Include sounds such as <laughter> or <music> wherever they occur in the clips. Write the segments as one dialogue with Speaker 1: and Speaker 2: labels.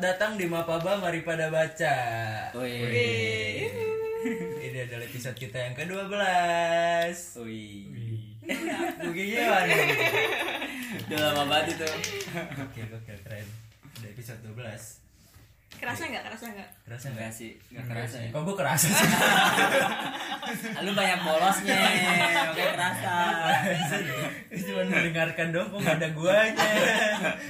Speaker 1: datang di Mapaba Mari Pada Baca.
Speaker 2: Wih.
Speaker 1: Ini adalah episode kita yang ke-12.
Speaker 2: Wih.
Speaker 1: Mungkin gimana?
Speaker 2: Udah lama banget itu.
Speaker 1: Oke, oke, keren. Udah episode 12.
Speaker 3: Kerasa nggak? Kerasa nggak?
Speaker 1: Kerasa enggak?
Speaker 2: Enggak sih, enggak kerasa ya.
Speaker 1: Kok gue kerasa sih?
Speaker 2: <laughs> Lu banyak bolosnya, oke kerasa.
Speaker 1: Cuman mendengarkan dong, kok nggak ada guanya.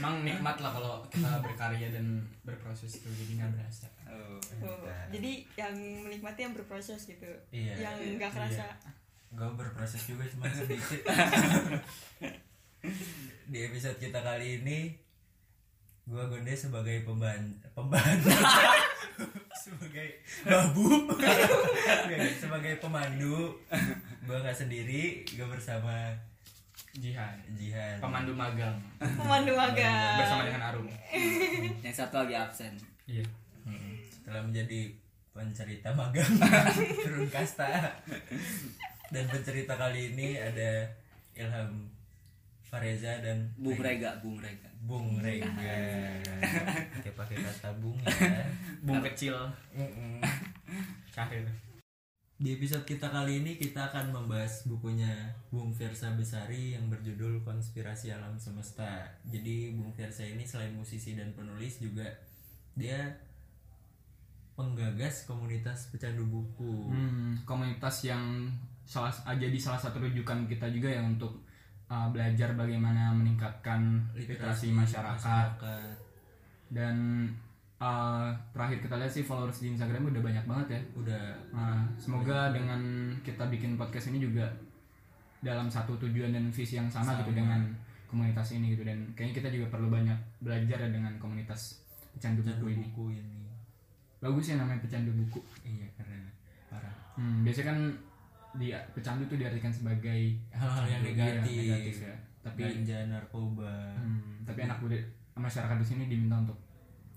Speaker 4: Emang nikmat lah kalau kita berkarya dan berproses itu jadi nggak berasa.
Speaker 2: Oh.
Speaker 3: Oh, Jadi yang menikmati yang berproses gitu.
Speaker 1: Iya.
Speaker 3: Yang nggak kerasa.
Speaker 1: Gue berproses juga cuma sedikit. di episode kita kali ini gue gonde sebagai pemban <laughs> pembantu sebagai babu Nggak, sebagai pemandu gue nggak sendiri gue bersama
Speaker 4: Jihan,
Speaker 1: Jihan
Speaker 4: pemandu <laughs> magang
Speaker 3: Pemandu
Speaker 1: Iya,
Speaker 3: agak.
Speaker 4: bersama dengan Arum.
Speaker 2: Yang satu lagi absen.
Speaker 4: Iya.
Speaker 1: Mm, setelah menjadi pencerita magang turun kasta dan pencerita kali ini ada Ilham Fareza dan
Speaker 2: Bung Rega, Bung Rega.
Speaker 1: Bung Rega Oke, pakai kata bung ya
Speaker 4: Bung kecil
Speaker 1: Mm-mm.
Speaker 4: Syahrir.
Speaker 1: Di episode kita kali ini kita akan membahas bukunya Bung Versa Besari yang berjudul Konspirasi Alam Semesta. Jadi Bung Versa ini selain musisi dan penulis juga dia penggagas komunitas pecandu buku.
Speaker 4: Hmm, komunitas yang salah jadi salah satu rujukan kita juga ya untuk uh, belajar bagaimana meningkatkan literasi masyarakat
Speaker 1: masyarakat.
Speaker 4: dan uh, terakhir kita lihat sih followers di Instagram udah banyak banget ya.
Speaker 1: Udah
Speaker 4: Nah, semoga dengan kita bikin podcast ini juga dalam satu tujuan dan visi yang sama, gitu dengan komunitas ini gitu dan kayaknya kita juga perlu banyak belajar ya dengan komunitas pecandu
Speaker 1: pecandu
Speaker 4: buku ini.
Speaker 1: buku ini.
Speaker 4: Bagus ya namanya pecandu buku.
Speaker 1: Iya keren parah.
Speaker 4: Hmm, biasanya kan di pecandu itu diartikan sebagai
Speaker 1: Hal-hal yang
Speaker 4: Iya,
Speaker 1: negatif,
Speaker 4: negatif ya. Tapi
Speaker 1: ganja narkoba.
Speaker 4: hmm, tapi anak muda masyarakat di sini diminta untuk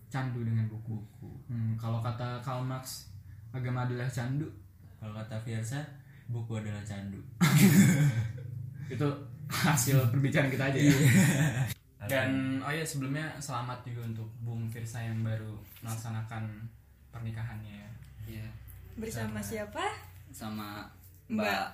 Speaker 4: candu dengan buku.
Speaker 1: Buku.
Speaker 4: Hmm, kalau kata Karl Marx agama adalah candu
Speaker 1: Kalau kata Versa, buku adalah candu.
Speaker 4: itu <laughs> hasil perbicaraan kita aja
Speaker 1: Iya.
Speaker 4: ya. Dan oh ya sebelumnya selamat juga untuk Bung Firsa yang baru melaksanakan pernikahannya ya.
Speaker 2: Iya.
Speaker 3: Bersama siapa?
Speaker 2: Sama
Speaker 3: Mbak.
Speaker 2: Mbak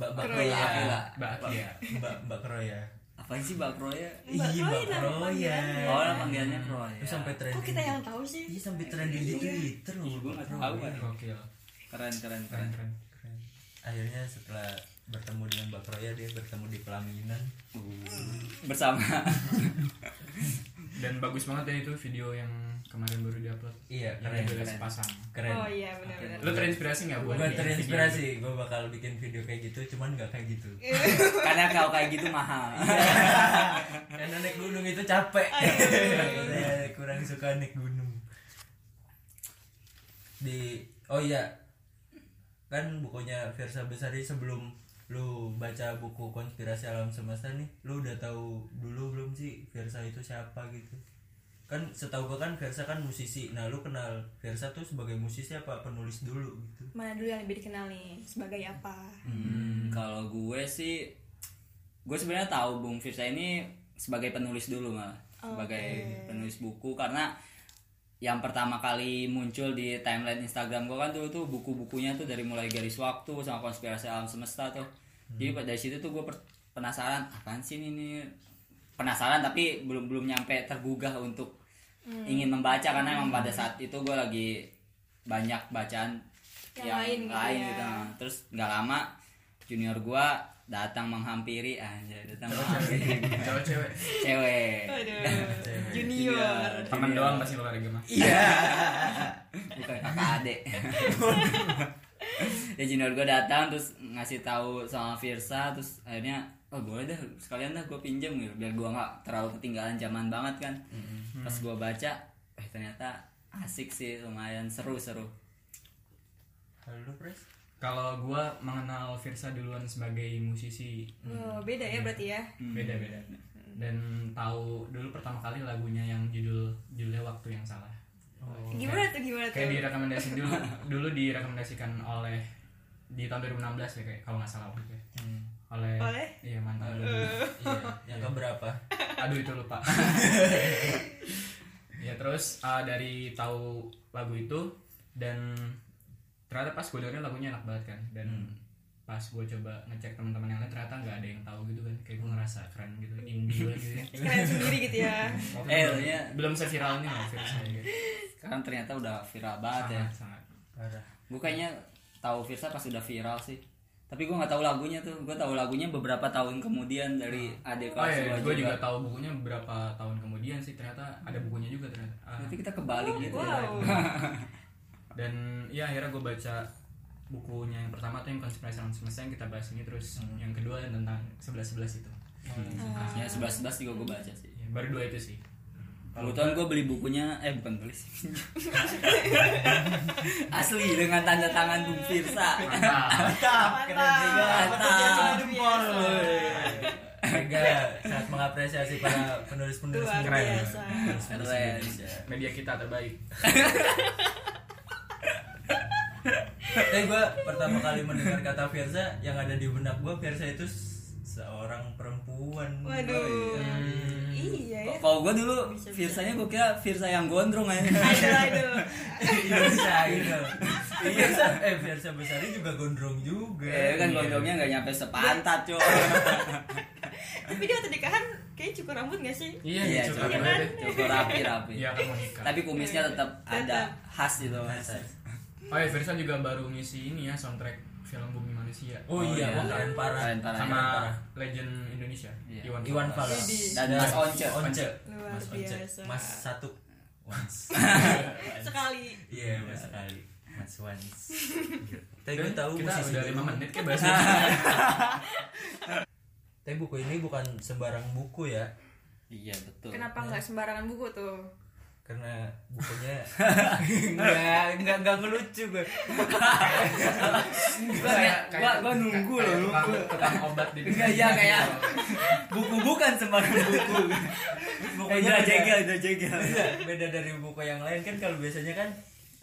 Speaker 1: Mbak Mbak
Speaker 3: Kroya.
Speaker 1: Kroya.
Speaker 2: Akila.
Speaker 4: Mbak Atia.
Speaker 1: Mbak Mbak Kroya.
Speaker 2: Apa sih Mbak Kroya?
Speaker 3: Mbak
Speaker 1: Ih,
Speaker 3: Kroya
Speaker 1: Iya, Mbak
Speaker 3: nama
Speaker 1: Kroya.
Speaker 3: panggilannya.
Speaker 2: Oh, orang panggilannya Kroya.
Speaker 1: Terus sampai trending.
Speaker 3: Kok kita yang tahu sih?
Speaker 1: Iya sampai trending di Twitter loh.
Speaker 2: Ih, gua nggak tahu,
Speaker 1: Kroya.
Speaker 2: Pak.
Speaker 4: Gokil.
Speaker 2: Keren, keren,
Speaker 4: Keren
Speaker 2: keren.
Speaker 4: keren.
Speaker 1: Keren. Akhirnya setelah bertemu dengan Mbak Kroya dia bertemu di pelaminan.
Speaker 2: Uh, Bersama. <laughs>
Speaker 4: Dan bagus banget ya itu video yang kemarin baru diupload.
Speaker 1: Iya
Speaker 4: Yang
Speaker 1: keren
Speaker 4: judulnya
Speaker 2: keren.
Speaker 4: sepasang.
Speaker 1: keren.
Speaker 3: Oh iya benar-benar.
Speaker 4: Lu terinspirasi nggak Iya, buat?
Speaker 1: Gue
Speaker 4: bikin
Speaker 1: terinspirasi, gue bakal bikin video kayak gitu, cuman gak kayak gitu
Speaker 2: Karena kalau kayak gitu mahal.
Speaker 1: Karena naik gunung itu capek Saya kurang suka naik gunung Di, oh iya Kan bukunya Versa Besari sebelum lu baca buku konspirasi alam semesta nih lu udah tahu dulu belum sih Versa itu siapa gitu kan setahu gua kan Versa kan musisi nah lu kenal Versa tuh sebagai musisi apa penulis dulu gitu
Speaker 3: Mana dulu yang lebih dikenal nih sebagai apa?
Speaker 2: Hmm, kalau gue sih gue sebenarnya tahu Bung Firsa ini sebagai penulis dulu malah sebagai penulis buku karena yang pertama kali muncul di timeline Instagram gue kan dulu tuh buku-bukunya tuh dari mulai garis waktu sama konspirasi alam semesta tuh jadi dari situ tuh gue per- penasaran apaan sih ini nih?" penasaran tapi belum belum nyampe tergugah untuk
Speaker 3: Hmm.
Speaker 2: ingin membaca karena emang pada saat itu gue lagi banyak bacaan
Speaker 3: Yang lain gitu ya.
Speaker 2: gitu, nah. terus nggak lama junior gua datang menghampiri aja datang menghampiri
Speaker 4: iya. Cowok cewek.
Speaker 2: cewek
Speaker 3: Aduh,
Speaker 2: Junior.
Speaker 3: Oh, <laughs> junior.
Speaker 4: Temen doang ya? pasti luar agama.
Speaker 2: iya bukan kakak adek <laughs> ya junior gua datang terus ngasih tahu sama Firsa terus akhirnya oh boleh dah sekalian dah gua pinjam gitu biar gua nggak terlalu ketinggalan zaman banget kan
Speaker 4: Mm-hmm.
Speaker 2: pas gua baca eh ternyata asik sih lumayan seru seru
Speaker 1: lalu Pres
Speaker 4: Kalau gua mengenal Firsa duluan sebagai musisi
Speaker 1: Iya.
Speaker 3: Oh, beda ya berarti ya.
Speaker 4: beda beda dan tahu dulu pertama kali lagunya yang judul judulnya waktu yang salah
Speaker 1: Oh,
Speaker 3: Gimana tuh gimana tuh?
Speaker 4: kayak direkomendasi dulu dulu direkomendasikan oleh di tahun 2016 ya kayak kalau nggak salah waktu itu ya. oleh,
Speaker 3: Oleh?
Speaker 4: iya mantan
Speaker 1: iya yang keberapa
Speaker 4: aduh itu lupa ya terus uh, dari tahu lagu itu dan ternyata pas gue dengerin lagunya enak banget kan dan pas gue coba ngecek teman-teman yang lain ternyata nggak ada yang tahu gitu kan kayak gue ngerasa keren gitu indie banget gitu ya.
Speaker 3: keren sendiri gitu
Speaker 1: <laughs>
Speaker 3: ya
Speaker 4: Waktu
Speaker 2: Eh,
Speaker 4: itu belum-
Speaker 2: iya.
Speaker 4: belum seviralnya lah virus saya gitu.
Speaker 2: sekarang ternyata udah viral banget ya
Speaker 4: sangat sangat
Speaker 1: parah
Speaker 2: gue kayaknya tahu Virsa pas udah viral sih tapi gue nggak tahu lagunya tuh gue tahu lagunya beberapa tahun kemudian dari adik
Speaker 4: oh
Speaker 2: kelas
Speaker 4: ya
Speaker 2: gue
Speaker 4: gue
Speaker 2: juga,
Speaker 4: juga tahu bukunya beberapa tahun kemudian sih ternyata ada bukunya juga ternyata
Speaker 2: Hmm.
Speaker 4: Ah.
Speaker 2: nanti kita kebalik gitu ya <laughs>
Speaker 3: wow
Speaker 4: dan ya akhirnya gue baca bukunya yang pertama tuh yang konspirasi alam semesta yang kita bahas ini terus
Speaker 2: Hmm.
Speaker 4: yang kedua yang tentang sebelas sebelas itu
Speaker 2: ya sebelas sebelas juga gue baca sih
Speaker 4: Ya, baru dua itu sih
Speaker 2: kebetulan gue beli bukunya eh bukan beli sih <laughs> asli dengan tanda tangan Bung Virsa
Speaker 1: keren juga
Speaker 2: Mantap.
Speaker 1: Mega sangat mengapresiasi para penulis-penulis
Speaker 3: luar
Speaker 1: keren.
Speaker 3: biasa
Speaker 2: keren
Speaker 4: <laughs> media kita terbaik
Speaker 1: Tapi gue pertama kali mendengar kata Firza yang ada di benak gue Firza itu s- seorang perempuan. Oh, iya.
Speaker 3: waduh iya ya
Speaker 2: kalau gue dulu Virsanya gue kira Virsa yang gondrong ya. aja
Speaker 3: idol idol
Speaker 1: Firza gitu. Firza, eh Firza Besari juga gondrong juga.
Speaker 2: <laughs> Eh kan gondrongnya nggak nyampe sepantat cuy
Speaker 3: tapi dia waktu nikahan kayaknya cukur rambut gak sih
Speaker 2: Iya,
Speaker 4: iya
Speaker 2: cukup
Speaker 4: cukup banget deh.
Speaker 2: cukup rapi rapi.
Speaker 4: Iya kan mau nikah.
Speaker 2: Tapi kumisnya tetap ada
Speaker 3: Tetap.
Speaker 2: khas gitu mas.
Speaker 4: Oh ya Firsa juga baru ngisi ini ya soundtrack film Bumi Manusia.
Speaker 1: Oh iya, wah
Speaker 2: Oh, iya.
Speaker 1: keren parah.
Speaker 2: Keren parah.
Speaker 4: sama
Speaker 1: parah.
Speaker 4: legend Indonesia
Speaker 2: Iya.
Speaker 1: Iwan Fals.
Speaker 3: Jadi.
Speaker 2: Dan Mas Once.
Speaker 1: Once.
Speaker 3: Luar
Speaker 1: Mas Once.
Speaker 3: biasa.
Speaker 1: Mas satu. Once.
Speaker 3: sekali
Speaker 1: Iya, mas sekali. Mas <laughs> Once. Tapi gue tahu
Speaker 4: kita
Speaker 1: musisi
Speaker 4: udah
Speaker 1: dulu.
Speaker 4: lima menit
Speaker 2: <laughs>
Speaker 4: kayak bahasnya.
Speaker 1: Tapi buku ini bukan sembarang buku ya,
Speaker 2: Iya betul.
Speaker 3: kenapa nggak sembarangan buku tuh
Speaker 1: karena <laughs> bukunya nggak nggak nggak ngelucu gue.
Speaker 2: Gua, gua, gua nunggu loh
Speaker 4: tukang,
Speaker 2: nunggu.
Speaker 4: tukang obat di
Speaker 2: Enggak ya kayak buku bukan sembarang buku. Eh
Speaker 1: Bukunya
Speaker 2: udah
Speaker 1: beda.
Speaker 2: jegel udah jegel.
Speaker 1: Iya, beda dari buku yang lain kan kalau biasanya kan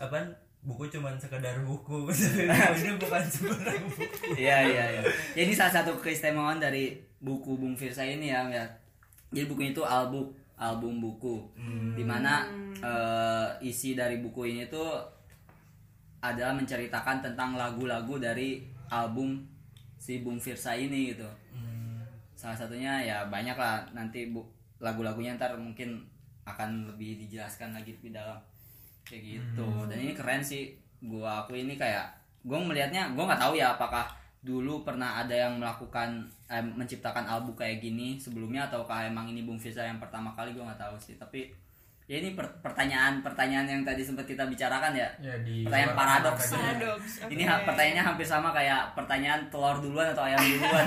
Speaker 1: apaan buku cuman sekedar <laughs> buku. Buku ini bukan sembarang buku.
Speaker 2: Iya iya iya. Ya, ini salah satu keistimewaan dari buku Bung Firsa ini ya. ya. Jadi bukunya itu album album buku. Dimana eh, isi dari buku ini tuh adalah menceritakan tentang lagu-lagu dari album si Bung Firsa ini gitu. Salah satunya ya banyak lah nanti bu lagu-lagunya ntar mungkin akan lebih dijelaskan lagi di dalam kayak gitu. Dan ini keren sih. Gua aku ini kayak gua melihatnya gua nggak tahu ya apakah dulu pernah ada yang melakukan eh, menciptakan album kayak gini sebelumnya ataukah emang ini Bung Firsa yang pertama kali gua nggak tahu sih. Tapi ya ini per- pertanyaan-pertanyaan yang tadi sempat kita bicarakan ya.
Speaker 4: Ya di
Speaker 2: Pertanyaan paradoks.
Speaker 4: Tadi.
Speaker 3: paradoks oke.
Speaker 2: Iya. Ini ha- pertanyaannya hampir sama kayak pertanyaan telur duluan atau ayam duluan.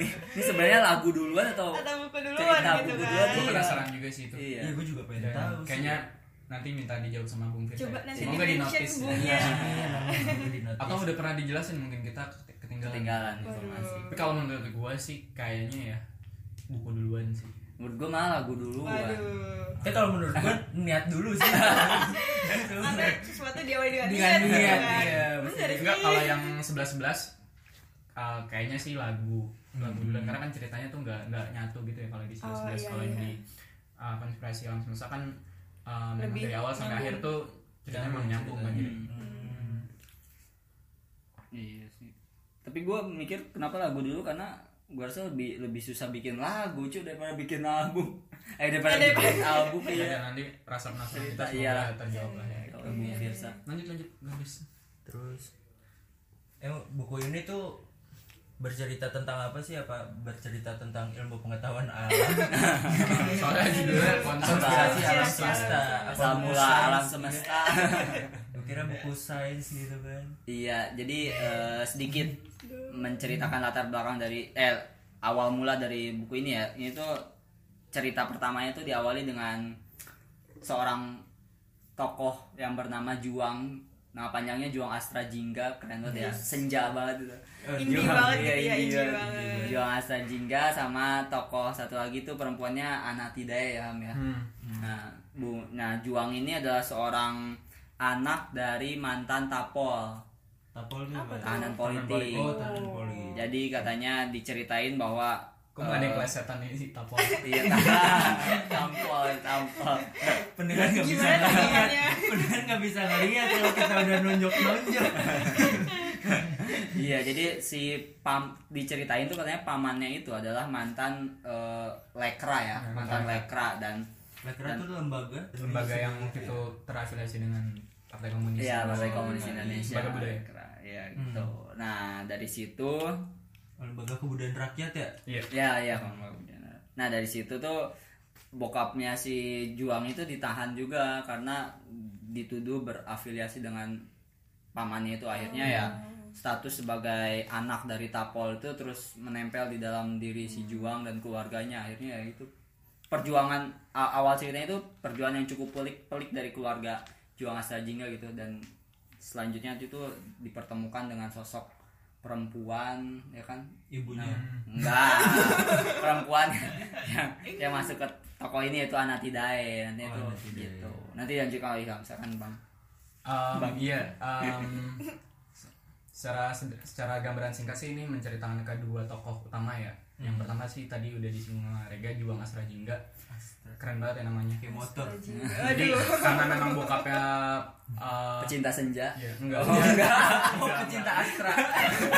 Speaker 2: ini, ini sebenarnya lagu duluan atau
Speaker 3: atau buku duluan
Speaker 2: cerita
Speaker 3: gitu
Speaker 2: buku
Speaker 3: kan
Speaker 2: duluan
Speaker 4: Gue
Speaker 2: tuh
Speaker 4: penasaran juga sih itu.
Speaker 2: Iya.
Speaker 1: Iya, gue juga pengen
Speaker 4: Dan
Speaker 1: tahu. sih.
Speaker 4: kayaknya nanti minta dijawab sama Bung Firsa.
Speaker 3: coba nanti di
Speaker 4: Semoga di
Speaker 3: mention
Speaker 4: notice.
Speaker 3: bunga
Speaker 1: Iya, namanya juga di notice.
Speaker 4: Atau udah pernah dijelasin mungkin kita kete- ketinggalan.
Speaker 2: Ketinggalan informasi.
Speaker 3: Waduh.
Speaker 4: Tapi kalau menurut gue sih kayaknya ya buku duluan sih.
Speaker 2: Menurut gue malah lagu duluan.
Speaker 3: waduh
Speaker 1: Tapi kalau menurut gue niat dulu sih.
Speaker 2: Iya.
Speaker 3: ada sesuatu diawali dengan
Speaker 1: Dengan <laughs>
Speaker 3: niat,
Speaker 1: niat,
Speaker 3: gitu kan.
Speaker 1: iya,
Speaker 3: Bener
Speaker 1: maksudnya.
Speaker 3: sih.
Speaker 4: Enggak kalau yang 11 11 kayaknya sih lagu lagu duluan karena kan ceritanya tuh nggak nggak nyatu gitu ya kalau di 11
Speaker 3: Oh,
Speaker 4: 11
Speaker 3: iya,
Speaker 4: kalau yang
Speaker 3: iya.
Speaker 4: di uh, konspirasi alam semesta kan uh, memang
Speaker 3: Lebih
Speaker 4: dari awal sampai
Speaker 3: nyambung.
Speaker 4: akhir tuh ceritanya memang nyambung kan jadi
Speaker 2: Hmm. Iya sih. Tapi gue mikir kenapa lagu dulu karena gue rasa lebih lebih susah bikin lagu cuy daripada bikin album. <laughs> Eh daripada bikin album
Speaker 4: ya,
Speaker 2: iya.
Speaker 4: dan nanti rasa penasaran kita
Speaker 2: Cerita,
Speaker 4: semoga
Speaker 2: iya.
Speaker 4: terjawab lah ya.
Speaker 2: Kalau Bung Firsa.
Speaker 4: lanjut lanjut habis
Speaker 1: Terus eh buku ini tuh bercerita tentang apa sih apa bercerita tentang ilmu pengetahuan <laughs> alam
Speaker 4: <laughs> soalnya judulnya konspirasi
Speaker 1: konspirasi
Speaker 4: ya. alam
Speaker 1: alam
Speaker 4: semesta
Speaker 1: semesta
Speaker 2: Asal mula alam semesta.
Speaker 1: gue kira buku sains gitu kan
Speaker 2: iya, jadi eh, sedikit menceritakan latar belakang dari eh awal mula dari buku ini ya. Ini tuh cerita pertamanya tuh diawali dengan seorang tokoh yang bernama Juang. Nah, panjangnya Juang Astra Jingga, keren banget ya. Senja banget itu.
Speaker 3: Indie
Speaker 2: Juang,
Speaker 3: banget
Speaker 2: iya,
Speaker 3: gitu ya,
Speaker 2: indie
Speaker 3: indie
Speaker 2: banget.
Speaker 3: banget.
Speaker 2: Juang Astra Jingga sama tokoh satu lagi tuh perempuannya Anatidae ya, Ham, ya. Nah, Bu, nah Juang ini adalah seorang anak dari mantan tapol
Speaker 1: tapol tuh kan? apa
Speaker 2: tahanan politik.
Speaker 1: oh tahanan politik
Speaker 2: Jadi katanya diceritain bahwa
Speaker 4: Kok nggak ada yang kelesetan ini tapol?
Speaker 2: iya tahan <laughs> tampol tampol
Speaker 1: pendengar nggak bisa
Speaker 3: Gimana
Speaker 1: ngeliat
Speaker 3: tanggapannya?
Speaker 1: pendengar nggak bisa ngeliat kalau kita udah nonjok nonjok
Speaker 2: iya jadi si pam diceritain tuh katanya pamannya itu adalah mantan eh, lekra ya mantan lekra dan
Speaker 1: lekra Nah, tuh lembaga
Speaker 4: Lembaga yang waktu itu terafiliasi dengan Partai Komunis.
Speaker 2: Iya, Partai
Speaker 4: Oh,
Speaker 2: Komunis
Speaker 4: iya.
Speaker 2: Indonesia.
Speaker 4: Lembaga budaya.
Speaker 2: Keren. Iya, gitu. Nah, dari situ
Speaker 1: lembaga kebudayaan rakyat ya
Speaker 4: Iya.
Speaker 2: ya ya kalau nggak benar. Nah, dari situ tuh bokapnya si Juang itu ditahan juga karena dituduh berafiliasi dengan pamannya itu akhirnya ya status sebagai anak dari Tapol itu terus menempel di dalam diri si Juang dan keluarganya akhirnya ya itu perjuangan a- awal ceritanya itu perjuangan yang cukup pelik-pelik dari keluarga Juang Astra Jingga gitu dan selanjutnya itu dipertemukan dengan sosok perempuan ya kan
Speaker 1: ibunya
Speaker 4: Hmm.
Speaker 2: Enggak. perempuan yang yang masuk ke toko ini itu Anatidae nanti itu gitu. Nanti lanjut kalau Ilham misalkan Bang.
Speaker 4: Um, iya.
Speaker 2: ya. <laughs>
Speaker 4: um, secara secara gambaran singkat sih ini menceritakan kedua tokoh utama ya.
Speaker 2: Hmm.
Speaker 4: Yang pertama sih tadi udah disinggung sama Rega Juang Asra Jingga. Keren banget ya namanya.
Speaker 1: kayak motor
Speaker 2: Iya.
Speaker 4: Jadi karena memang bokapnya uh,
Speaker 2: Pecinta senja.
Speaker 4: Iya, enggak.
Speaker 2: Oh,
Speaker 4: Dia-
Speaker 2: enggak.
Speaker 4: enggak,
Speaker 2: Oh,
Speaker 4: enggak.
Speaker 2: pecinta Astra.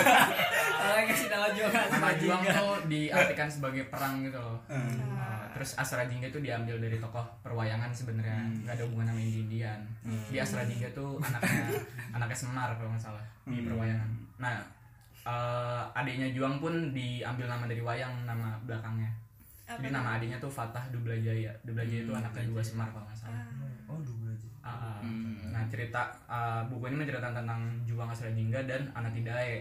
Speaker 2: Kalau yang kasih nama Juang
Speaker 4: Nama
Speaker 2: Astra
Speaker 4: Juang
Speaker 2: Jingga.
Speaker 4: tuh diartikan sebagai perang gitu loh. Uh, terus Asra Jingga tuh diambil dari tokoh perwayangan sebenarnya nggak ada hubungan sama Indian. Di Asra Jingga tuh anaknya anaknya Semar kalau nggak salah di perwayangan. Nah uh, adiknya Juang pun diambil nama dari wayang nama belakangnya. Jadi nama adiknya tuh Fatah Dublajaya. Dublajaya itu anak kedua Semar kalau nggak salah.
Speaker 1: oh dua
Speaker 4: <laughs>
Speaker 1: aja
Speaker 4: Ah, ah.
Speaker 2: Hmm.
Speaker 4: Nah cerita ah, buku ini menceritakan tentang Juang Asra Jingga dan Anatidae.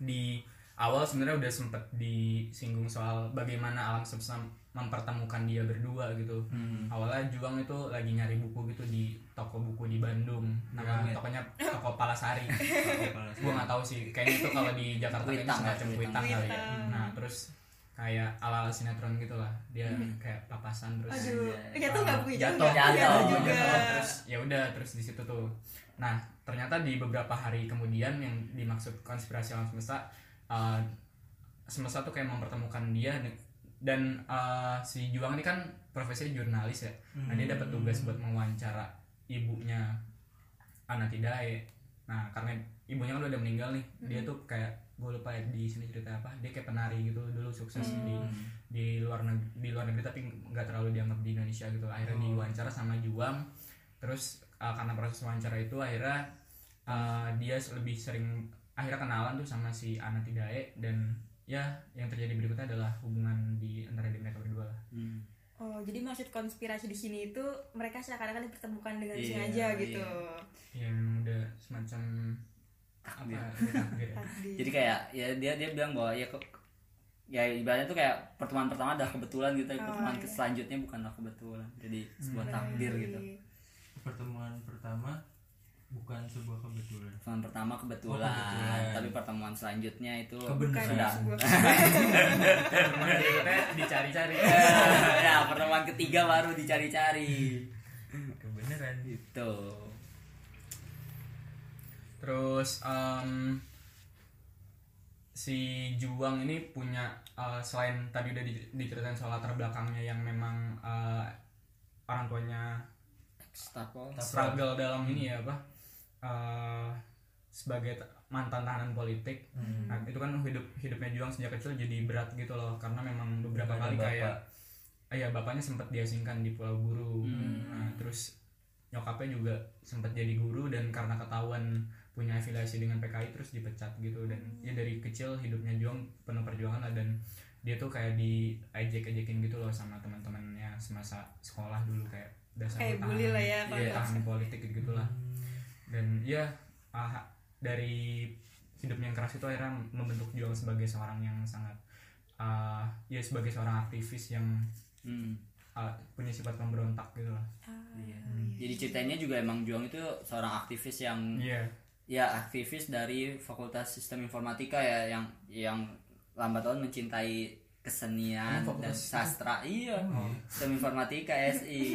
Speaker 4: Di awal sebenarnya udah sempet disinggung soal bagaimana alam semesta mempertemukan dia berdua gitu.
Speaker 2: Hmm,
Speaker 4: Awalnya Juang itu lagi nyari buku gitu di toko buku di Bandung. Nama
Speaker 2: ya?
Speaker 4: tokonya toko
Speaker 2: <laughs>
Speaker 4: Palasari. gue nggak tahu sih. Kayaknya itu kalau di Jakarta ini
Speaker 2: Kuitang,
Speaker 4: semacam
Speaker 2: Kuitang.
Speaker 4: kuitang kali ya. Nah terus kayak ala-ala sinetron gitulah. Dia kayak papasan terus
Speaker 3: Aduh, jatuh nggak buku hijau?
Speaker 4: jatuh
Speaker 3: Nggak,
Speaker 2: iya. jatuh.
Speaker 3: juga.
Speaker 4: terus ya udah terus di situ tuh nah ternyata di beberapa hari kemudian yang dimaksud konspirasi alam semesta uh, semesta tuh kayak mempertemukan dia de- dan uh, si Juang ini kan profesinya jurnalis ya nah dia
Speaker 1: Hmm.
Speaker 4: dapat tugas buat mewawancara ibunya anak tidak ya nah karena ibunya kan udah meninggal nih dia tuh kayak gue lupa ya di sini cerita apa dia kayak penari gitu dulu sukses di di luar negeri di luar negeri tapi nggak terlalu dianggap di Indonesia gitu akhirnya diwawancara sama Juang terus uh, karena proses wawancara itu akhirnya uh, dia lebih sering akhirnya kenalan tuh sama si anak Tidae dan ya yang terjadi berikutnya adalah hubungan di antara di mereka berdua lah
Speaker 2: hmm.
Speaker 3: Oh, jadi maksud konspirasi di sini itu mereka seakan-akan dipertemukan dengan
Speaker 2: Iya,
Speaker 3: sengaja
Speaker 2: iya.
Speaker 3: gitu.
Speaker 4: ya memang udah semacam apa ya, takdir ya.
Speaker 3: Takdir.
Speaker 2: jadi kayak ya dia dia bilang bahwa ya kok ya ibaratnya tuh kayak pertemuan pertama adalah kebetulan gitu tapi
Speaker 3: Oh,
Speaker 2: pertemuan
Speaker 3: iya. Hmm.
Speaker 2: selanjutnya bukanlah kebetulan jadi sebuah takdir gitu
Speaker 1: pertemuan pertama bukan sebuah kebetulan
Speaker 2: pertemuan pertama kebetulan,
Speaker 1: Oh, kebetulan.
Speaker 2: tapi pertemuan selanjutnya itu
Speaker 1: Kebenaran.
Speaker 2: sudah
Speaker 3: Sebuah-
Speaker 4: Cuman berikutnya dicari-cari
Speaker 2: <laughs> ya pertemuan ketiga baru dicari-cari
Speaker 1: kebenaran
Speaker 2: gitu
Speaker 4: Terus em, si Juang ini punya eh, selain tadi udah di- diceritain soal latar belakangnya yang memang eh, orang tuanya
Speaker 2: Stapel
Speaker 4: struggle dalam ini ya apa eh, sebagai ta- mantan tahanan politik. Nah, itu kan hidup hidupnya Juang sejak kecil jadi berat gitu loh karena memang beberapa
Speaker 1: Karena
Speaker 4: kali
Speaker 1: bapak.
Speaker 4: kayak eh, ya bapaknya sempat diasingkan di Pulau Guru. Nah, terus nyokapnya juga sempat jadi guru dan karena ketahuan punya afiliasi dengan PKI terus dipecat gitu dan
Speaker 3: Hmm.
Speaker 4: ya dari kecil hidupnya Juang penuh perjuangan lah dan dia tuh kayak di ejek-ejekin gitu loh sama teman-temannya semasa sekolah dulu kayak dasar
Speaker 3: Kayak
Speaker 4: lu
Speaker 3: bully
Speaker 4: tahan-
Speaker 3: lah ya, kalau Hmm.
Speaker 4: iya,
Speaker 3: nggak
Speaker 4: tahan politik gitu gitulah dan ya ah, dari hidupnya yang keras itu akhirnya membentuk Juang sebagai seorang yang sangat ah, ya sebagai seorang aktivis yang
Speaker 2: Hmm.
Speaker 4: ah, punya sifat pemberontak gitu lah
Speaker 2: Iya. Jadi ceritanya juga emang Juang itu seorang aktivis yang
Speaker 3: Hmm.
Speaker 4: iya
Speaker 2: ya aktivis dari Fakultas Sistem Informatika ya yang yang lambat laun mencintai kesenian dan sastra. Iya. Sistem Informatika SI.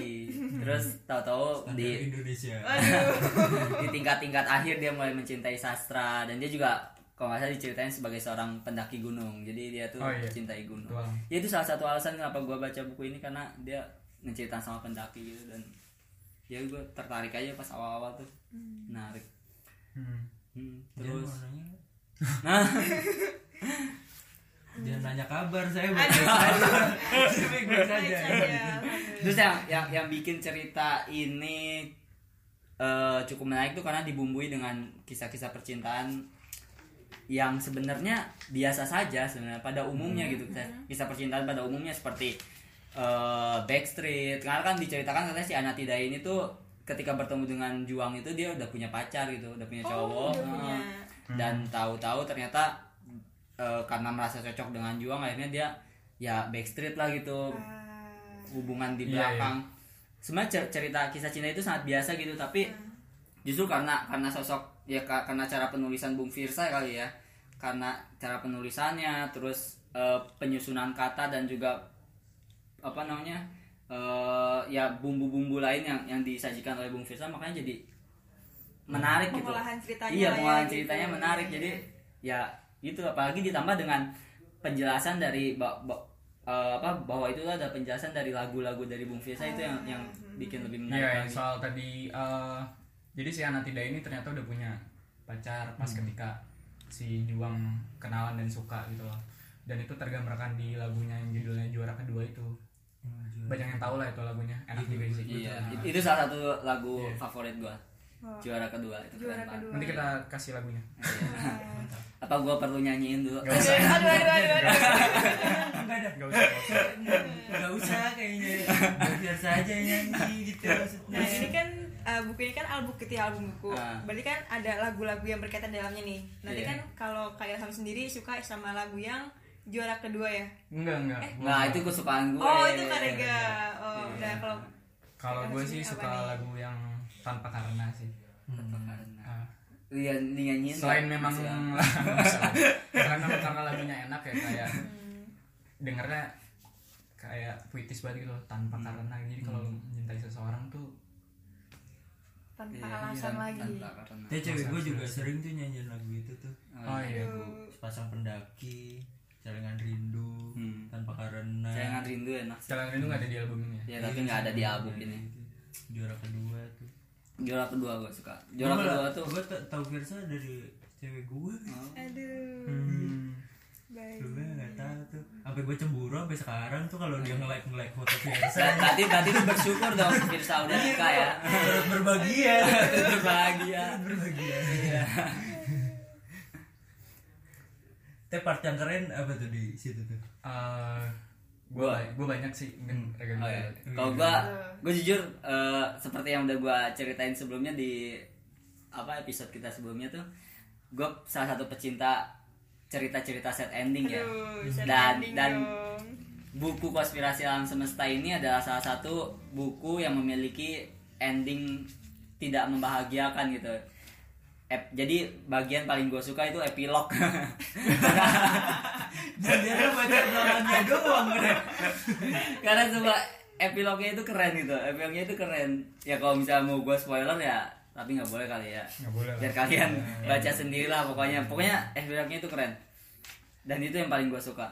Speaker 2: Terus tahu-tahu
Speaker 1: di
Speaker 2: di
Speaker 1: Indonesia
Speaker 3: Aduh.
Speaker 2: di tingkat-tingkat akhir dia mulai mencintai sastra dan dia juga kalau nggak salah diceritain sebagai seorang pendaki gunung jadi dia tuh
Speaker 4: Oh, iya.
Speaker 2: mencintai gunung
Speaker 4: Betul.
Speaker 2: ya itu salah satu alasan kenapa gua baca buku ini karena dia ngeceritain sama pendaki gitu dan ya gua tertarik aja pas awal-awal tuh menarik
Speaker 4: Hmm.
Speaker 2: Hmm,
Speaker 1: Jangan
Speaker 2: terus
Speaker 1: mau nanya nggak? <laughs>
Speaker 2: nah
Speaker 1: Jangan nanya kabar saya baik
Speaker 3: Aduh.
Speaker 1: baik saja.
Speaker 2: terus yang yang yang bikin cerita ini eh, cukup menarik tuh karena dibumbui dengan kisah-kisah percintaan yang sebenarnya biasa saja sebenarnya pada umumnya
Speaker 3: Hmm.
Speaker 2: gitu kisah, kisah percintaan pada umumnya seperti eh, Backstreet karena kan diceritakan katanya si Anatida ini tuh ketika bertemu dengan Juang itu dia udah punya pacar gitu udah punya
Speaker 3: Oh,
Speaker 2: cowok
Speaker 3: udah punya.
Speaker 2: eh, dan tahu-tahu ternyata eh, karena merasa cocok dengan Juang akhirnya dia ya Backstreet lah
Speaker 3: Ah.
Speaker 2: gitu hubungan di
Speaker 4: Iya,
Speaker 2: belakang. Sebenarnya cer- cerita kisah cinta itu sangat biasa gitu, tapi
Speaker 3: Hmm.
Speaker 2: justru karena karena sosok ya ka- karena cara penulisan Bung Firsa kali ya, karena cara penulisannya, terus eh, penyusunan kata dan juga apa namanya eh, ya bumbu-bumbu lain yang yang disajikan oleh Bung Firsa makanya jadi menarik gitu.
Speaker 3: Pengolahan ceritanya
Speaker 2: Iya,
Speaker 3: lah ya,
Speaker 2: pengolahan
Speaker 3: gitu.
Speaker 2: ceritanya menarik. Jadi ya itu apalagi ditambah dengan penjelasan dari ba- ba- eh, apa bahwa itu ada penjelasan dari lagu-lagu dari Bung Fiesa itu yang yang
Speaker 3: Ah.
Speaker 2: bikin lebih
Speaker 4: Iya,
Speaker 2: menarik. lagi.
Speaker 4: soal tadi eh, jadi si Anatida ini ternyata udah punya pacar pas ketika si Juang kenalan dan suka gitu loh. Dan itu tergambarkan di lagunya yang judulnya Juara Kedua itu. Banyak yang tahu lah itu lagunya. Enak juga sih.
Speaker 2: Iya,
Speaker 4: Nah,
Speaker 2: it- itu salah satu lagu
Speaker 4: Iya.
Speaker 2: favorit gua.
Speaker 3: Wah.
Speaker 2: Juara kedua itu keren banget. Iya.
Speaker 3: Juara kedua.
Speaker 4: Nanti kita kasih lagunya.
Speaker 2: <laughs> Apa gua perlu nyanyiin dulu?
Speaker 4: Gak usah.
Speaker 3: Aduh, aduh, aduh, aduh, aduh.
Speaker 1: Enggak ada.
Speaker 4: Gak usah. gak usah.
Speaker 1: Enggak usah kayaknya. Biar saja nyanyi gitu maksudnya.
Speaker 3: Nah ini kan uh, buku ini kan album gitu ya, album buku.
Speaker 2: Ah.
Speaker 3: Berarti kan ada lagu-lagu yang berkaitan dalamnya nih. Nanti
Speaker 2: Iya.
Speaker 3: kan kalau Kak Ilham sendiri suka sama lagu yang juara kedua ya.
Speaker 4: Enggak, enggak.
Speaker 2: <laughs> Nah, itu kesukaan gue.
Speaker 3: Oh itu Karega. Oh udah kalau
Speaker 4: Kalau
Speaker 3: Karena
Speaker 4: gue
Speaker 3: sini apa
Speaker 4: sih suka
Speaker 3: nih?
Speaker 4: lagu yang tanpa karena sih. Ah.
Speaker 2: Iya, ini nyanyiin. Iya.
Speaker 4: selain
Speaker 2: nggak?
Speaker 4: memang
Speaker 2: Maksudnya.
Speaker 4: <laughs> karena karena lagunya enak ya kayak dengernya kayak puitis banget gitu loh, tanpa
Speaker 2: Hmm.
Speaker 4: karena jadi kalau lu mencintai seseorang tuh
Speaker 3: tanpa
Speaker 2: Iya,
Speaker 3: alasan
Speaker 2: tan-
Speaker 3: lagi.
Speaker 2: tanpa karena.
Speaker 1: Tapi cewek gue juga sering tuh nyanyiin lagu itu tuh.
Speaker 4: oh iya
Speaker 1: Sepasang pendaki, celengan rindu,
Speaker 2: Hmm.
Speaker 1: tanpa karena.
Speaker 2: Jangan rindu enak. sih.
Speaker 4: jalan rindu nggak ada di album ini ya
Speaker 2: Ya, tapi nggak ada di album ini.
Speaker 1: Iya, gitu. Juara kedua tuh.
Speaker 2: Juara kedua gue suka. Juara Iya, kedua tuh
Speaker 1: gue tau Virsa dari cewek gue.
Speaker 3: Aduh.
Speaker 4: Hmm.
Speaker 3: Baik.
Speaker 1: Gue nggak tahu tuh. Sampai gue cemburu sampai sekarang tuh kalau dia nge-like nge-like foto Virsa.
Speaker 2: <laughs> Ber- Nah, berarti berarti lu bersyukur dong Firsa udah nikah ya.
Speaker 1: Turut berbahagia.
Speaker 2: Terus bahagia.
Speaker 1: Turut berbahagia.
Speaker 2: Iya.
Speaker 1: Tapi part yang keren apa tuh di situ tuh?
Speaker 4: Eh, gue gue banyak sih dengan reggae
Speaker 2: Oh, iya.
Speaker 4: gitu.
Speaker 2: Kalau gua gua jujur eh, seperti yang udah gua ceritain sebelumnya di apa episode kita sebelumnya tuh gua salah satu pecinta cerita-cerita set ending ya.
Speaker 3: Aduh, set
Speaker 2: dan
Speaker 3: ending
Speaker 2: dan
Speaker 3: dong.
Speaker 2: buku konspirasi alam semesta ini adalah salah satu buku yang memiliki ending tidak membahagiakan gitu Ep- jadi bagian paling gue suka itu
Speaker 1: <laughs>
Speaker 2: epilog
Speaker 1: Jadi lu baca doanya doang keren.
Speaker 2: karena semua epilognya itu keren gitu epilognya itu keren ya kalau misalnya mau gue spoiler ya tapi nggak boleh kali ya
Speaker 4: Nggak boleh lah.
Speaker 2: biar kalian
Speaker 1: Iya,
Speaker 2: baca sendirilah pokoknya pokoknya epilognya itu keren dan itu yang paling gue suka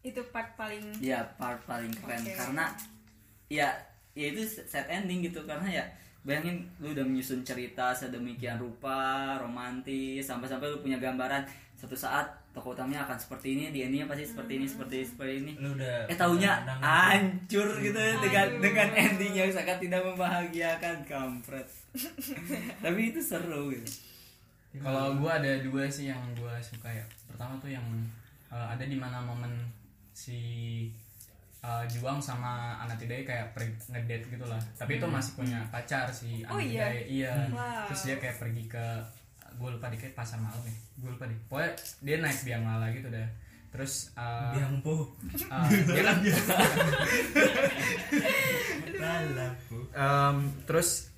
Speaker 3: Itu part paling
Speaker 2: ya part paling keren
Speaker 3: Oke.
Speaker 2: karena ya ya itu set ending gitu karena ya bayangin lu udah menyusun cerita sedemikian rupa romantis sampai-sampai lu punya gambaran satu saat tokoh utamanya akan seperti ini di endingnya pasti seperti ini seperti ini seperti ini
Speaker 1: Lu udah
Speaker 2: eh tahunya
Speaker 1: menang-
Speaker 2: hancur gitu dengan dengan ending yang sangat tidak membahagiakan kampret tapi itu seru gitu
Speaker 4: kalau gue ada dua sih yang gue suka ya pertama tuh yang eh, ada di mana momen si eh, Juang sama Anatidai kayak pergi ngedate gitu lah tapi itu masih punya pacar si
Speaker 3: Oh, iya?
Speaker 4: Anatidai iya
Speaker 3: Wow.
Speaker 4: terus dia kayak pergi ke gue lupa dikit pasar malam ya gue lupa deh pokoknya dia naik biangala gitu dah terus eh,
Speaker 1: <laughs> Biang po.
Speaker 4: eh, dia kan
Speaker 1: Lala po.
Speaker 4: em, terus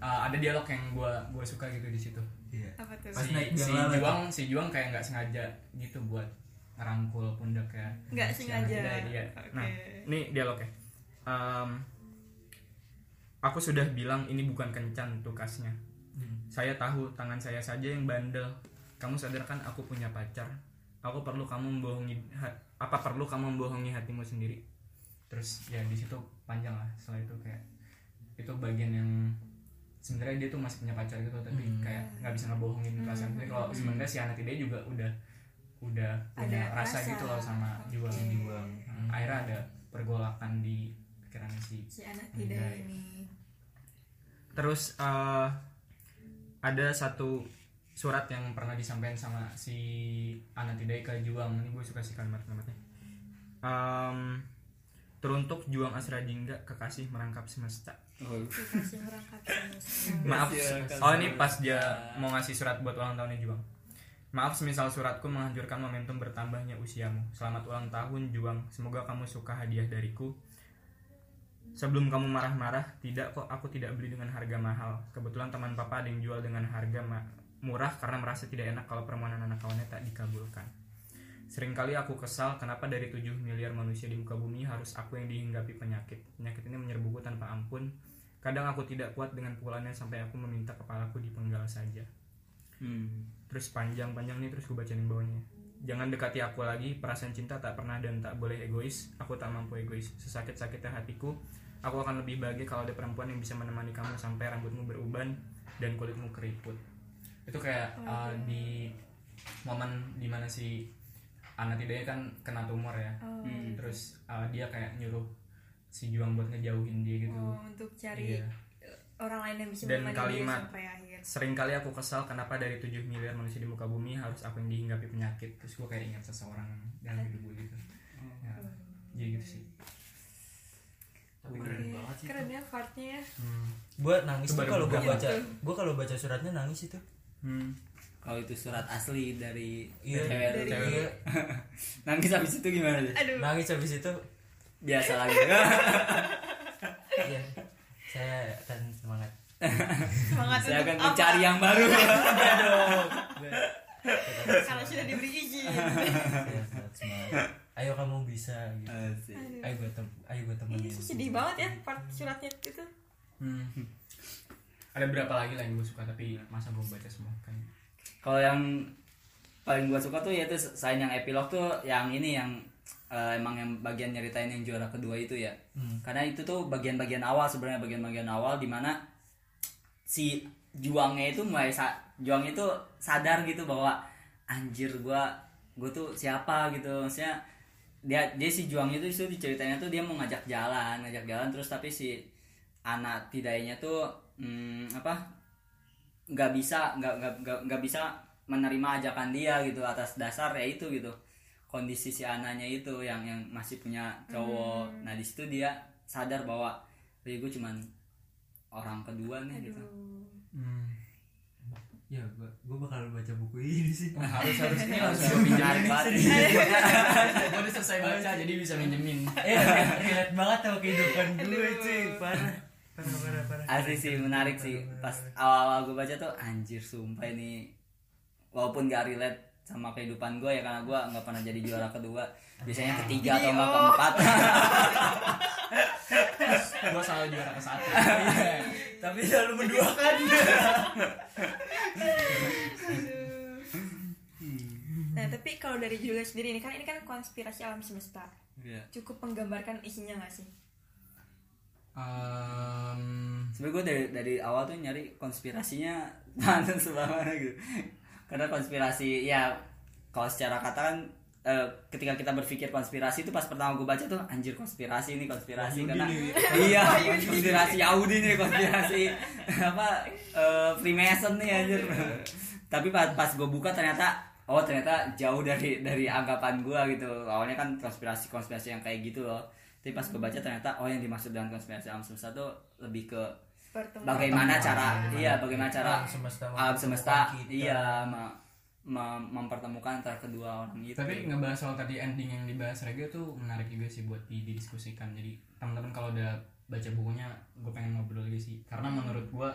Speaker 4: eh, ada dialog yang gue gue suka gitu di situ
Speaker 1: Iya.
Speaker 3: apa tuh?
Speaker 1: Pas
Speaker 4: si,
Speaker 1: naik
Speaker 4: si
Speaker 1: biang lala.
Speaker 4: Juang si Juang kayak nggak sengaja gitu buat ngerangkul pundaknya
Speaker 3: Nggak
Speaker 4: Si
Speaker 3: sengaja.
Speaker 4: anak tidak dia.
Speaker 3: Oke.
Speaker 4: Nah, ini dialognya. Em, aku sudah
Speaker 1: Hmm.
Speaker 4: bilang ini bukan kencan tuh kasnya. Saya tahu tangan saya saja yang bandel. kamu sadarkan aku punya pacar aku perlu kamu membohongi ha- apa perlu kamu membohongi hatimu sendiri terus ya di situ panjang lah setelah itu kayak itu bagian yang sebenarnya dia tuh masih punya pacar gitu tapi kayak nggak bisa ngebohongin perasaan Tapi kalau sebenarnya si anak dia juga udah udah punya
Speaker 3: Ada
Speaker 4: rasa,
Speaker 3: rasa.
Speaker 4: gitu loh sama jiwa
Speaker 3: Oke.
Speaker 4: jiwa Hmm, akhirnya ada pergolakan di pikiran si
Speaker 3: si anak tidak
Speaker 4: Enggak.
Speaker 3: ini
Speaker 4: terus eh, ada satu surat yang pernah disampaikan sama si anak tidak ke juang ini gue suka sih kalimat kalimatnya Em, teruntuk juang asra jingga kekasih merangkap semesta
Speaker 2: Oh,
Speaker 3: dikasih orang
Speaker 2: <laughs>
Speaker 3: kaki sama
Speaker 2: Nah,
Speaker 4: maaf
Speaker 2: Kasihan,
Speaker 4: oh
Speaker 2: kasihan.
Speaker 4: ini pas dia mau ngasih surat buat ulang tahunnya Juang maaf semisal suratku menghancurkan momentum bertambahnya usiamu selamat ulang tahun Juang semoga kamu suka hadiah dariku sebelum kamu marah-marah tidak kok aku tidak beli dengan harga mahal kebetulan teman papa ada yang jual dengan harga ma- murah karena merasa tidak enak kalau permohonan anak kawannya tak dikabulkan Seringkali aku kesal kenapa dari 7 miliar manusia di muka bumi harus aku yang dihinggapi penyakit. Penyakit ini menyerbuku tanpa ampun. Kadang aku tidak kuat dengan pukulannya sampai aku meminta kepalaku dipenggal saja.
Speaker 2: hmm.
Speaker 4: Terus panjang-panjang nih terus gue bacain yang bawahnya. Jangan dekati aku lagi, perasaan cinta tak pernah dan tak boleh egois. Aku tak mampu egois. Sesakit-sakitnya hatiku, aku akan lebih bahagia kalau ada perempuan yang bisa menemani kamu sampai rambutmu beruban dan kulitmu keriput. Itu kayak
Speaker 3: Oh, iya.
Speaker 4: uh, di momen dimana si anak tidaknya kan kena tumor ya.
Speaker 3: oh,
Speaker 2: Hmm.
Speaker 4: Terus uh, dia kayak nyuruh si Juang buat ngejauhin dia gitu.
Speaker 3: oh, untuk cari
Speaker 4: Iya.
Speaker 3: orang lain yang bisa
Speaker 4: Dan
Speaker 3: menemani dia
Speaker 4: kalimat.
Speaker 3: sampai akhir
Speaker 4: Seringkali aku kesal kenapa dari 7 miliar manusia di muka bumi harus aku yang dihinggapi penyakit Terus gue kayak ingat seseorang dalam hidup gue gitu ya, Jadi gitu sih
Speaker 1: Tapi keren banget sih
Speaker 3: keren ya partnya ya
Speaker 4: Hmm.
Speaker 1: gue nangis
Speaker 4: Itu
Speaker 1: tuh
Speaker 4: baru ya?
Speaker 1: kalau gue
Speaker 4: buka.
Speaker 1: baca gue kalau baca suratnya nangis itu
Speaker 4: Hmm.
Speaker 2: Kalau itu surat asli dari
Speaker 1: iya
Speaker 2: cewek lu.
Speaker 1: iya.
Speaker 2: Cewek lu. <laughs> Nangis habis itu gimana? Ji?
Speaker 3: aduh
Speaker 2: <laughs>
Speaker 1: nangis habis itu
Speaker 2: Biasa lagi.
Speaker 1: iya saya akan semangat
Speaker 3: semangat
Speaker 2: Saya
Speaker 3: untuk
Speaker 2: akan
Speaker 3: apa?
Speaker 2: mencari yang baru. <laughs>
Speaker 3: kalau sudah diberi
Speaker 2: <laughs>
Speaker 3: izin Iya,
Speaker 1: Saya akan semangat ayo kamu bisa gitu
Speaker 2: Asik.
Speaker 1: ayo gue tem ayo gue
Speaker 3: ini
Speaker 1: temenin
Speaker 3: tuh sedih banget ya part suratnya itu
Speaker 4: Hmm. Ada berapa lagi lah yang gue suka tapi masa gue baca semua kan
Speaker 2: Kalau yang paling gua suka tuh yaitu sign yang epilog tuh yang ini yang eh, emang yang bagian nyeritain yang juara kedua itu ya. Karena itu tuh bagian-bagian awal sebenarnya bagian-bagian awal dimana si juangnya itu mulai sa juang itu sadar gitu bahwa anjir gua gua tuh siapa gitu maksudnya dia dia si juang itu itu diceritanya tuh dia mau ngajak jalan ngajak jalan terus tapi si anak tidaknya tuh hmm, apa nggak bisa nggak nggak nggak nggak bisa menerima ajakan dia gitu atas dasar ya itu gitu kondisi si anaknya itu yang yang masih punya cowok nah di situ dia sadar bahwa "Wih, gue cuman orang kedua nih gitu
Speaker 4: Hmm. <laughs>
Speaker 1: ya gue bakal baca buku ini sih
Speaker 4: Harus harus ini harus gue
Speaker 2: Menarik
Speaker 4: pinjemin
Speaker 2: banget.
Speaker 4: Gue udah selesai baca jadi bisa minjemin
Speaker 1: eh relate banget sama kehidupan gue cuy parah parah parah parah
Speaker 2: asli sih menarik sih pas awal-awal gue baca tuh anjir sumpah ini walaupun gak relate sama kehidupan gue ya karena gue nggak pernah jadi juara kedua biasanya ketiga atau nggak keempat
Speaker 4: Gue selalu juara ke satu
Speaker 1: tapi selalu menduakan
Speaker 3: Aduh.
Speaker 2: Hmm.
Speaker 3: nah tapi kalau dari Julia sendiri ini kan ini kan konspirasi alam semesta
Speaker 2: Iya.
Speaker 3: cukup menggambarkan isinya nggak sih
Speaker 4: Em,
Speaker 2: sebenarnya gue dari dari awal tuh nyari konspirasinya <laughs> pantas sebagaimana gitu karena konspirasi ya kalau secara kata kan eh, ketika kita berpikir konspirasi itu pas pertama gue baca tuh anjir konspirasi ini konspirasi karena iya konspirasi Yahudi nih konspirasi <laughs> apa eh, Freemason nih anjir tapi pas pas gue buka ternyata oh ternyata jauh dari dari anggapan gue gitu awalnya kan konspirasi konspirasi yang kayak gitu loh tapi pas gue baca ternyata oh yang dimaksud dengan konspirasi alam semesta tuh lebih ke
Speaker 3: pertemuan
Speaker 2: bagaimana cara iya bagaimana
Speaker 1: Alam
Speaker 2: cara
Speaker 1: semesta
Speaker 2: alam semesta
Speaker 1: mempertemukan
Speaker 4: gitu.
Speaker 1: kita.
Speaker 2: iya ma- ma- mempertemukan antara kedua orang gitu. itu
Speaker 4: Tapi ngebahas soal tadi ending yang dibahas Rega tuh menarik juga sih buat di- didiskusikan. Jadi teman-teman kalau udah baca bukunya, gue pengen ngobrol
Speaker 2: Hmm.
Speaker 4: lagi
Speaker 2: Hmm.
Speaker 4: sih. Karena menurut gue,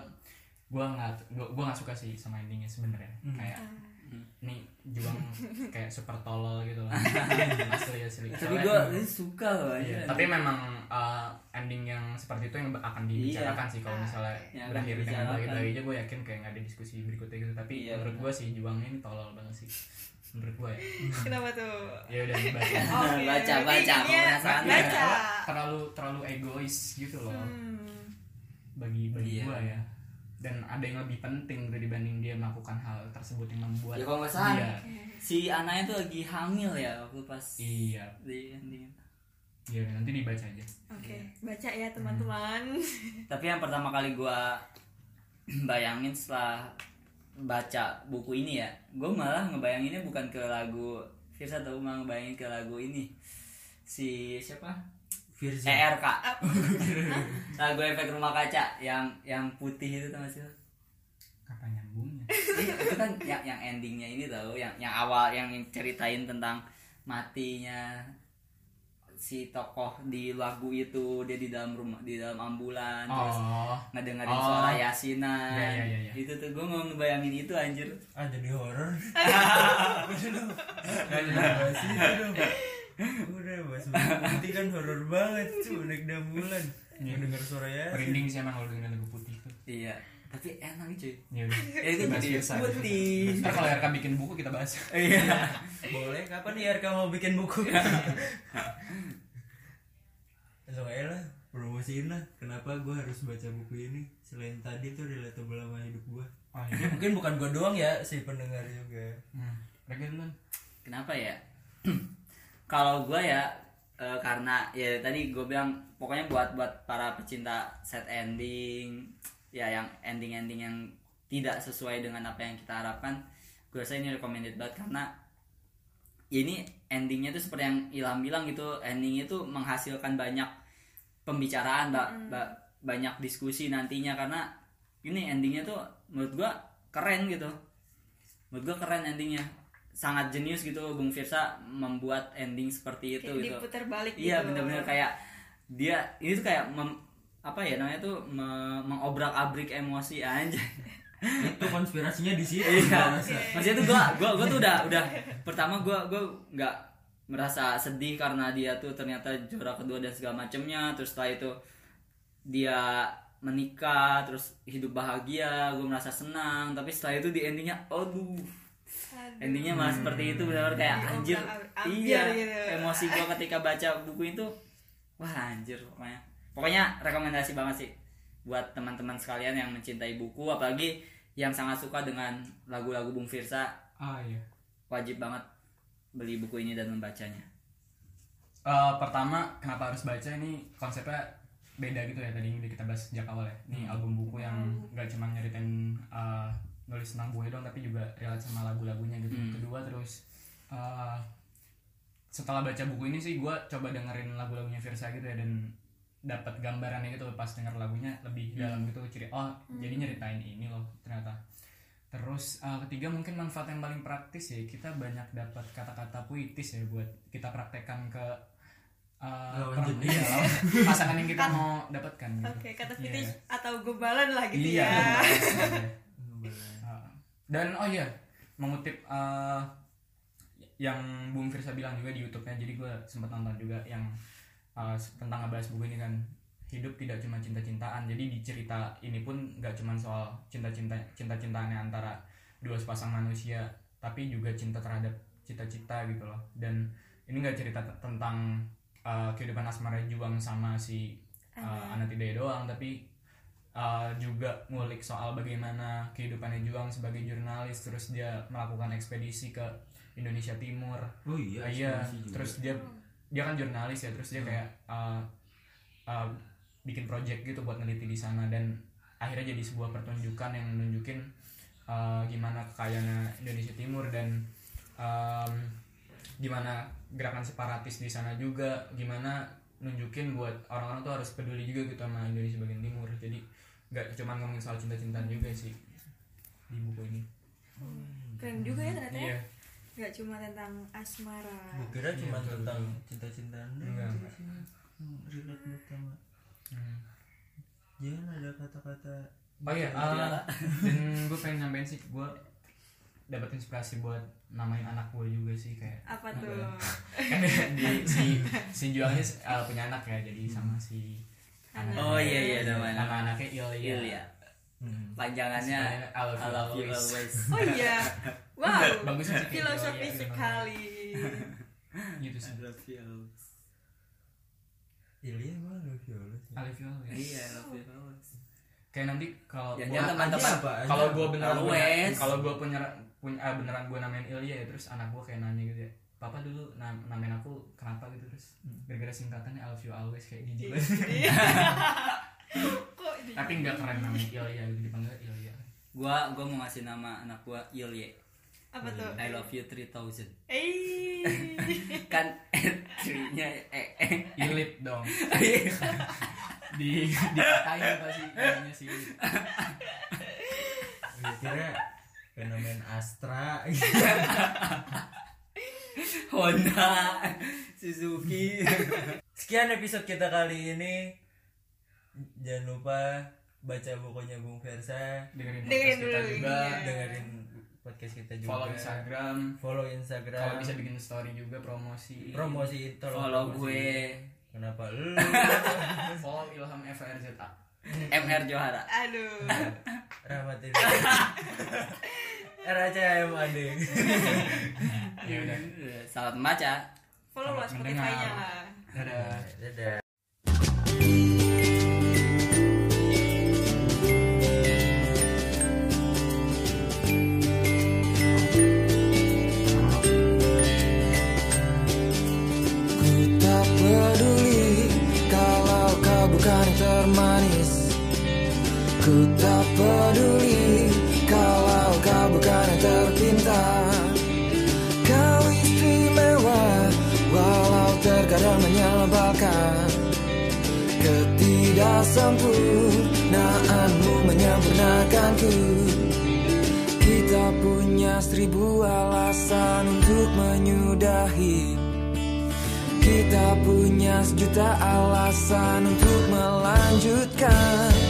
Speaker 4: gue nggak gue gue nggak suka sih sama endingnya sebenarnya. Kayak nih
Speaker 2: <laughs>
Speaker 4: juang kayak super tolol gitu loh asli asli
Speaker 2: tapi
Speaker 4: Soalnya
Speaker 2: gue
Speaker 4: emang-
Speaker 2: suka loh anjir.
Speaker 4: Iya, tapi memang uh, ending yang seperti itu yang akan
Speaker 2: Iya.
Speaker 4: dibicarakan sih kalau misalnya
Speaker 2: Yang akan
Speaker 4: berakhir dengan
Speaker 2: Ah, iya, dibicarakan.
Speaker 4: lagi lagi aja gue yakin kayak nggak ada diskusi berikutnya gitu tapi
Speaker 2: Iya,
Speaker 4: menurut gue sih juang ini tolol banget sih menurut gue ya
Speaker 3: Kenapa tuh?
Speaker 4: ya udah dibahas ya.
Speaker 3: <laughs> Oke,
Speaker 2: <laughs> Baca,
Speaker 3: berarti
Speaker 2: baca,
Speaker 3: intinya
Speaker 2: penasaran.
Speaker 3: Oh, Baca.
Speaker 4: terlalu terlalu egois gitu loh
Speaker 3: Hmm.
Speaker 4: bagi bagi
Speaker 2: Iya.
Speaker 4: gue ya dan ada yang lebih penting gitu dibanding dia melakukan hal tersebut yang membuat
Speaker 2: Ya, kalau nggak salah.
Speaker 4: dia
Speaker 2: si anaknya tuh lagi hamil ya waktu pas
Speaker 4: iya
Speaker 2: di ending.
Speaker 4: iya nanti dibaca aja
Speaker 3: Oke,
Speaker 4: Iya.
Speaker 3: baca
Speaker 4: Hmm.
Speaker 3: ya teman-teman.
Speaker 2: tapi yang pertama kali gua <clears throat> bayangin setelah baca buku ini ya gue malah ngebayanginnya bukan ke lagu Firsa tau malah ngebayangin ke lagu ini si siapa
Speaker 1: Virza
Speaker 2: ERK <laughs> lagu efek rumah kaca yang yang putih itu tau gak sih lo?
Speaker 4: kata ya. nyambungnya
Speaker 2: Iya, itu kan yang, yang endingnya ini tau yang yang awal yang ceritain tentang matinya si tokoh di lagu itu dia di dalam rumah di dalam ambulan terus
Speaker 4: oh
Speaker 2: ngedengerin
Speaker 4: Oh.
Speaker 2: suara yasinan
Speaker 4: Iya, iya, iya, iya.
Speaker 2: itu tuh gue mau ngebayangin itu anjir
Speaker 1: ah jadi horor
Speaker 4: Dan-
Speaker 1: bahas itu
Speaker 2: <laughs>
Speaker 1: dong udah bahas nanti kan horor banget tuh naik dambulan mendengar suara ya
Speaker 4: merinding sih emang kalau dengerin lagu putih tuh
Speaker 2: iya tapi enak cuy
Speaker 4: ya udah
Speaker 2: <laughs> ya itu
Speaker 4: Bahas
Speaker 2: jadi
Speaker 4: biasa.
Speaker 2: putih
Speaker 4: Ntar kalau RK bikin buku kita bahas <laughs>
Speaker 2: iya
Speaker 1: boleh kapan nih RK mau bikin buku langsung aja lah promosiin lah kenapa gue harus baca buku ini selain tadi tuh relatable sama hidup gue
Speaker 4: Oh Hmm.
Speaker 1: ya, mungkin bukan gue doang ya si pendengar juga
Speaker 4: Regan
Speaker 2: kenapa ya <clears throat> kalau gue ya eh, karena ya tadi gue bilang pokoknya buat buat para pecinta set ending ya yang ending ending yang tidak sesuai dengan apa yang kita harapkan gue rasa ini recommended banget karena ya ini endingnya tuh seperti yang Ilham bilang gitu endingnya tuh menghasilkan banyak pembicaraan ba-
Speaker 3: Hmm.
Speaker 2: ba- banyak diskusi nantinya karena ini endingnya tuh menurut gua keren gitu menurut gua keren endingnya sangat jenius gitu Bung Firsa membuat ending seperti itu
Speaker 3: Kayak
Speaker 2: gitu
Speaker 3: diputar balik
Speaker 2: iya
Speaker 3: gitu.
Speaker 2: benar-benar kayak dia ini tuh kayak mem- apa ya namanya tuh me- mengobrak-abrik emosi aja
Speaker 1: itu konspirasinya di situ <laughs>
Speaker 2: iya maksudnya tuh gua gua gua tuh udah udah pertama gua gua nggak merasa sedih karena dia tuh ternyata juara kedua dan segala macemnya terus setelah itu dia menikah terus hidup bahagia gue merasa senang tapi setelah itu di endingnya aduh
Speaker 3: Aduh.
Speaker 2: endingnya malah seperti itu benar Hmm. Oh, kayak
Speaker 3: Diobrak
Speaker 2: anjir
Speaker 3: abrik
Speaker 2: iya
Speaker 3: gitu.
Speaker 2: emosi gua ketika baca buku itu wah anjir pokoknya pokoknya rekomendasi banget sih buat teman-teman sekalian yang mencintai buku apalagi yang sangat suka dengan lagu-lagu Bung Firsa
Speaker 4: Ah iya
Speaker 2: wajib banget beli buku ini dan membacanya
Speaker 4: Eh, Pertama kenapa harus baca ini konsepnya beda gitu ya tadi yang udah kita bahas sejak awal ya Ini album buku yang gak cuma nyeritain eh, nulis tentang buku doang tapi juga relate sama lagu-lagunya gitu
Speaker 2: Hmm.
Speaker 4: Kedua terus eh, setelah baca buku ini sih gue coba dengerin lagu-lagunya Virsa gitu ya dan dapat gambarannya gitu pas denger lagunya lebih dalam gitu ciri oh jadi nyeritain ini loh ternyata terus eh, ketiga mungkin manfaat yang paling praktis ya kita banyak dapat kata-kata puitis ya buat kita praktekkan ke eh,
Speaker 1: Lawan
Speaker 4: perang-
Speaker 1: jenis.
Speaker 4: iya,
Speaker 1: <laughs>
Speaker 4: lawan- pasangan yang kita mau dapatkan gitu
Speaker 3: Ah. Oke, kata
Speaker 4: Iya.
Speaker 3: fetish atau gobalan lah gitu
Speaker 4: iya
Speaker 3: ya.
Speaker 4: iya. Uh, dan oh iya mengutip uh, yang Bung Firsa bilang juga di YouTube-nya jadi gue sempat nonton juga yang uh, tentang ngebahas buku ini kan hidup tidak cuma cinta-cintaan jadi di cerita ini pun nggak cuma soal cinta-cinta cinta-cintaannya antara dua sepasang manusia tapi juga cinta terhadap cita-cita gitu loh dan ini nggak cerita t- tentang uh, kehidupan asmara juang sama si uh, anak tidak doang tapi Uh, juga ngulik soal bagaimana kehidupannya Juang sebagai jurnalis terus dia melakukan ekspedisi ke Indonesia Timur
Speaker 1: oh iya
Speaker 4: Uh, iya
Speaker 1: konspirasi juga. Hmm.
Speaker 4: terus dia dia kan jurnalis ya terus dia kayak uh, uh, bikin project gitu buat neliti di sana dan akhirnya jadi sebuah pertunjukan yang nunjukin uh, gimana kekayaannya Indonesia Timur dan um, gimana gerakan separatis di sana juga gimana nunjukin buat orang-orang tuh harus peduli juga gitu sama Indonesia bagian timur jadi nggak cuma ngomongin soal cinta-cintaan juga sih di buku ini
Speaker 3: Keren juga ya ternyata. ya.
Speaker 4: Hmm. iya
Speaker 3: Gak cuma tentang asmara.
Speaker 1: gue kira cuma
Speaker 4: betul,
Speaker 1: tentang cinta-cintaan doang.
Speaker 4: Enggak, enggak.
Speaker 1: Hmm, relate banget sama
Speaker 4: Hmm.
Speaker 1: jangan ada kata-kata
Speaker 4: Oh iya, ah, dan gue pengen nyampein sih gue dapat inspirasi buat namain anak gue juga
Speaker 2: <laughs>
Speaker 4: sih kayak
Speaker 3: apa tuh
Speaker 4: kan di si si juangnya eh, punya anak ya jadi sama si anak
Speaker 2: Oh iya iya
Speaker 4: nama
Speaker 2: namanya.
Speaker 4: anaknya Ilya
Speaker 2: Ilya.
Speaker 1: Hmm.
Speaker 2: Panjangannya
Speaker 4: I love you
Speaker 2: I love you
Speaker 4: always.
Speaker 2: always.
Speaker 3: oh
Speaker 4: <laughs>
Speaker 3: iya wow
Speaker 4: Bagus sih.
Speaker 3: filosofi
Speaker 4: Iya, iya. <laughs>
Speaker 3: sekali
Speaker 4: gitu sih
Speaker 2: love you always.
Speaker 1: Ilya emang lu violet ya?
Speaker 4: I love you always.
Speaker 2: Iya, I love you always.
Speaker 4: kayak nanti kalau
Speaker 2: Ya,
Speaker 4: gua-
Speaker 1: Iya,
Speaker 2: dia teman-teman.
Speaker 1: Apa?
Speaker 4: kalau gue beneran
Speaker 2: Always.
Speaker 4: punya- kalau gue punya punya ah, beneran gue namain Ilya ya terus anak gue kayak nanya gitu ya papa dulu nam- namain aku kenapa gitu terus gara-gara singkatannya I love you always kayak jijik banget
Speaker 3: kok di
Speaker 4: <laughs> tapi nggak keren namanya Ilya gitu dipanggil Ilya
Speaker 2: Gua gua mau ngasih nama anak gua Ilye.
Speaker 3: apa tuh
Speaker 2: I love you 3000.
Speaker 4: <laughs>
Speaker 3: eh
Speaker 2: Kan trinya eh eh.
Speaker 4: Ilip dong di dikatain pasti namanya si Ilip
Speaker 1: Gua kira fenomen Astra
Speaker 2: <laughs> Honda, Suzuki.
Speaker 1: Sekian episode kita kali ini Jangan lupa baca bukunya Bung Versa
Speaker 4: dengerin
Speaker 3: Dengerin
Speaker 4: podcast kita
Speaker 3: dulu,
Speaker 4: juga
Speaker 3: iya.
Speaker 1: Dengerin podcast kita juga
Speaker 4: follow Instagram
Speaker 1: Follow
Speaker 4: kalau
Speaker 1: Instagram
Speaker 4: bisa bikin story juga promosi
Speaker 1: Promosi tolong
Speaker 2: Follow
Speaker 1: promosi.
Speaker 2: gue
Speaker 1: Kenapa
Speaker 4: <laughs>
Speaker 1: lu?
Speaker 4: follow Ilham FRZA
Speaker 2: MR Johara.
Speaker 3: aduh
Speaker 1: Rahmatin <laughs> RACM
Speaker 4: <laughs>
Speaker 1: ading
Speaker 4: ya udah
Speaker 2: Selamat membaca.
Speaker 3: follow lah
Speaker 4: Mendengar.
Speaker 3: Spotify-nya lah
Speaker 4: dadah
Speaker 1: Dadah
Speaker 5: Ku tak peduli kalau kau bukan termanis Ku tak peduli kalau kau bukan yang terpintar Kau istimewa walau terkadang menyebalkan Ketidaksempurnaanmu menyempurnakanku Kita punya seribu alasan untuk menyudahi kita punya sejuta alasan untuk melanjutkan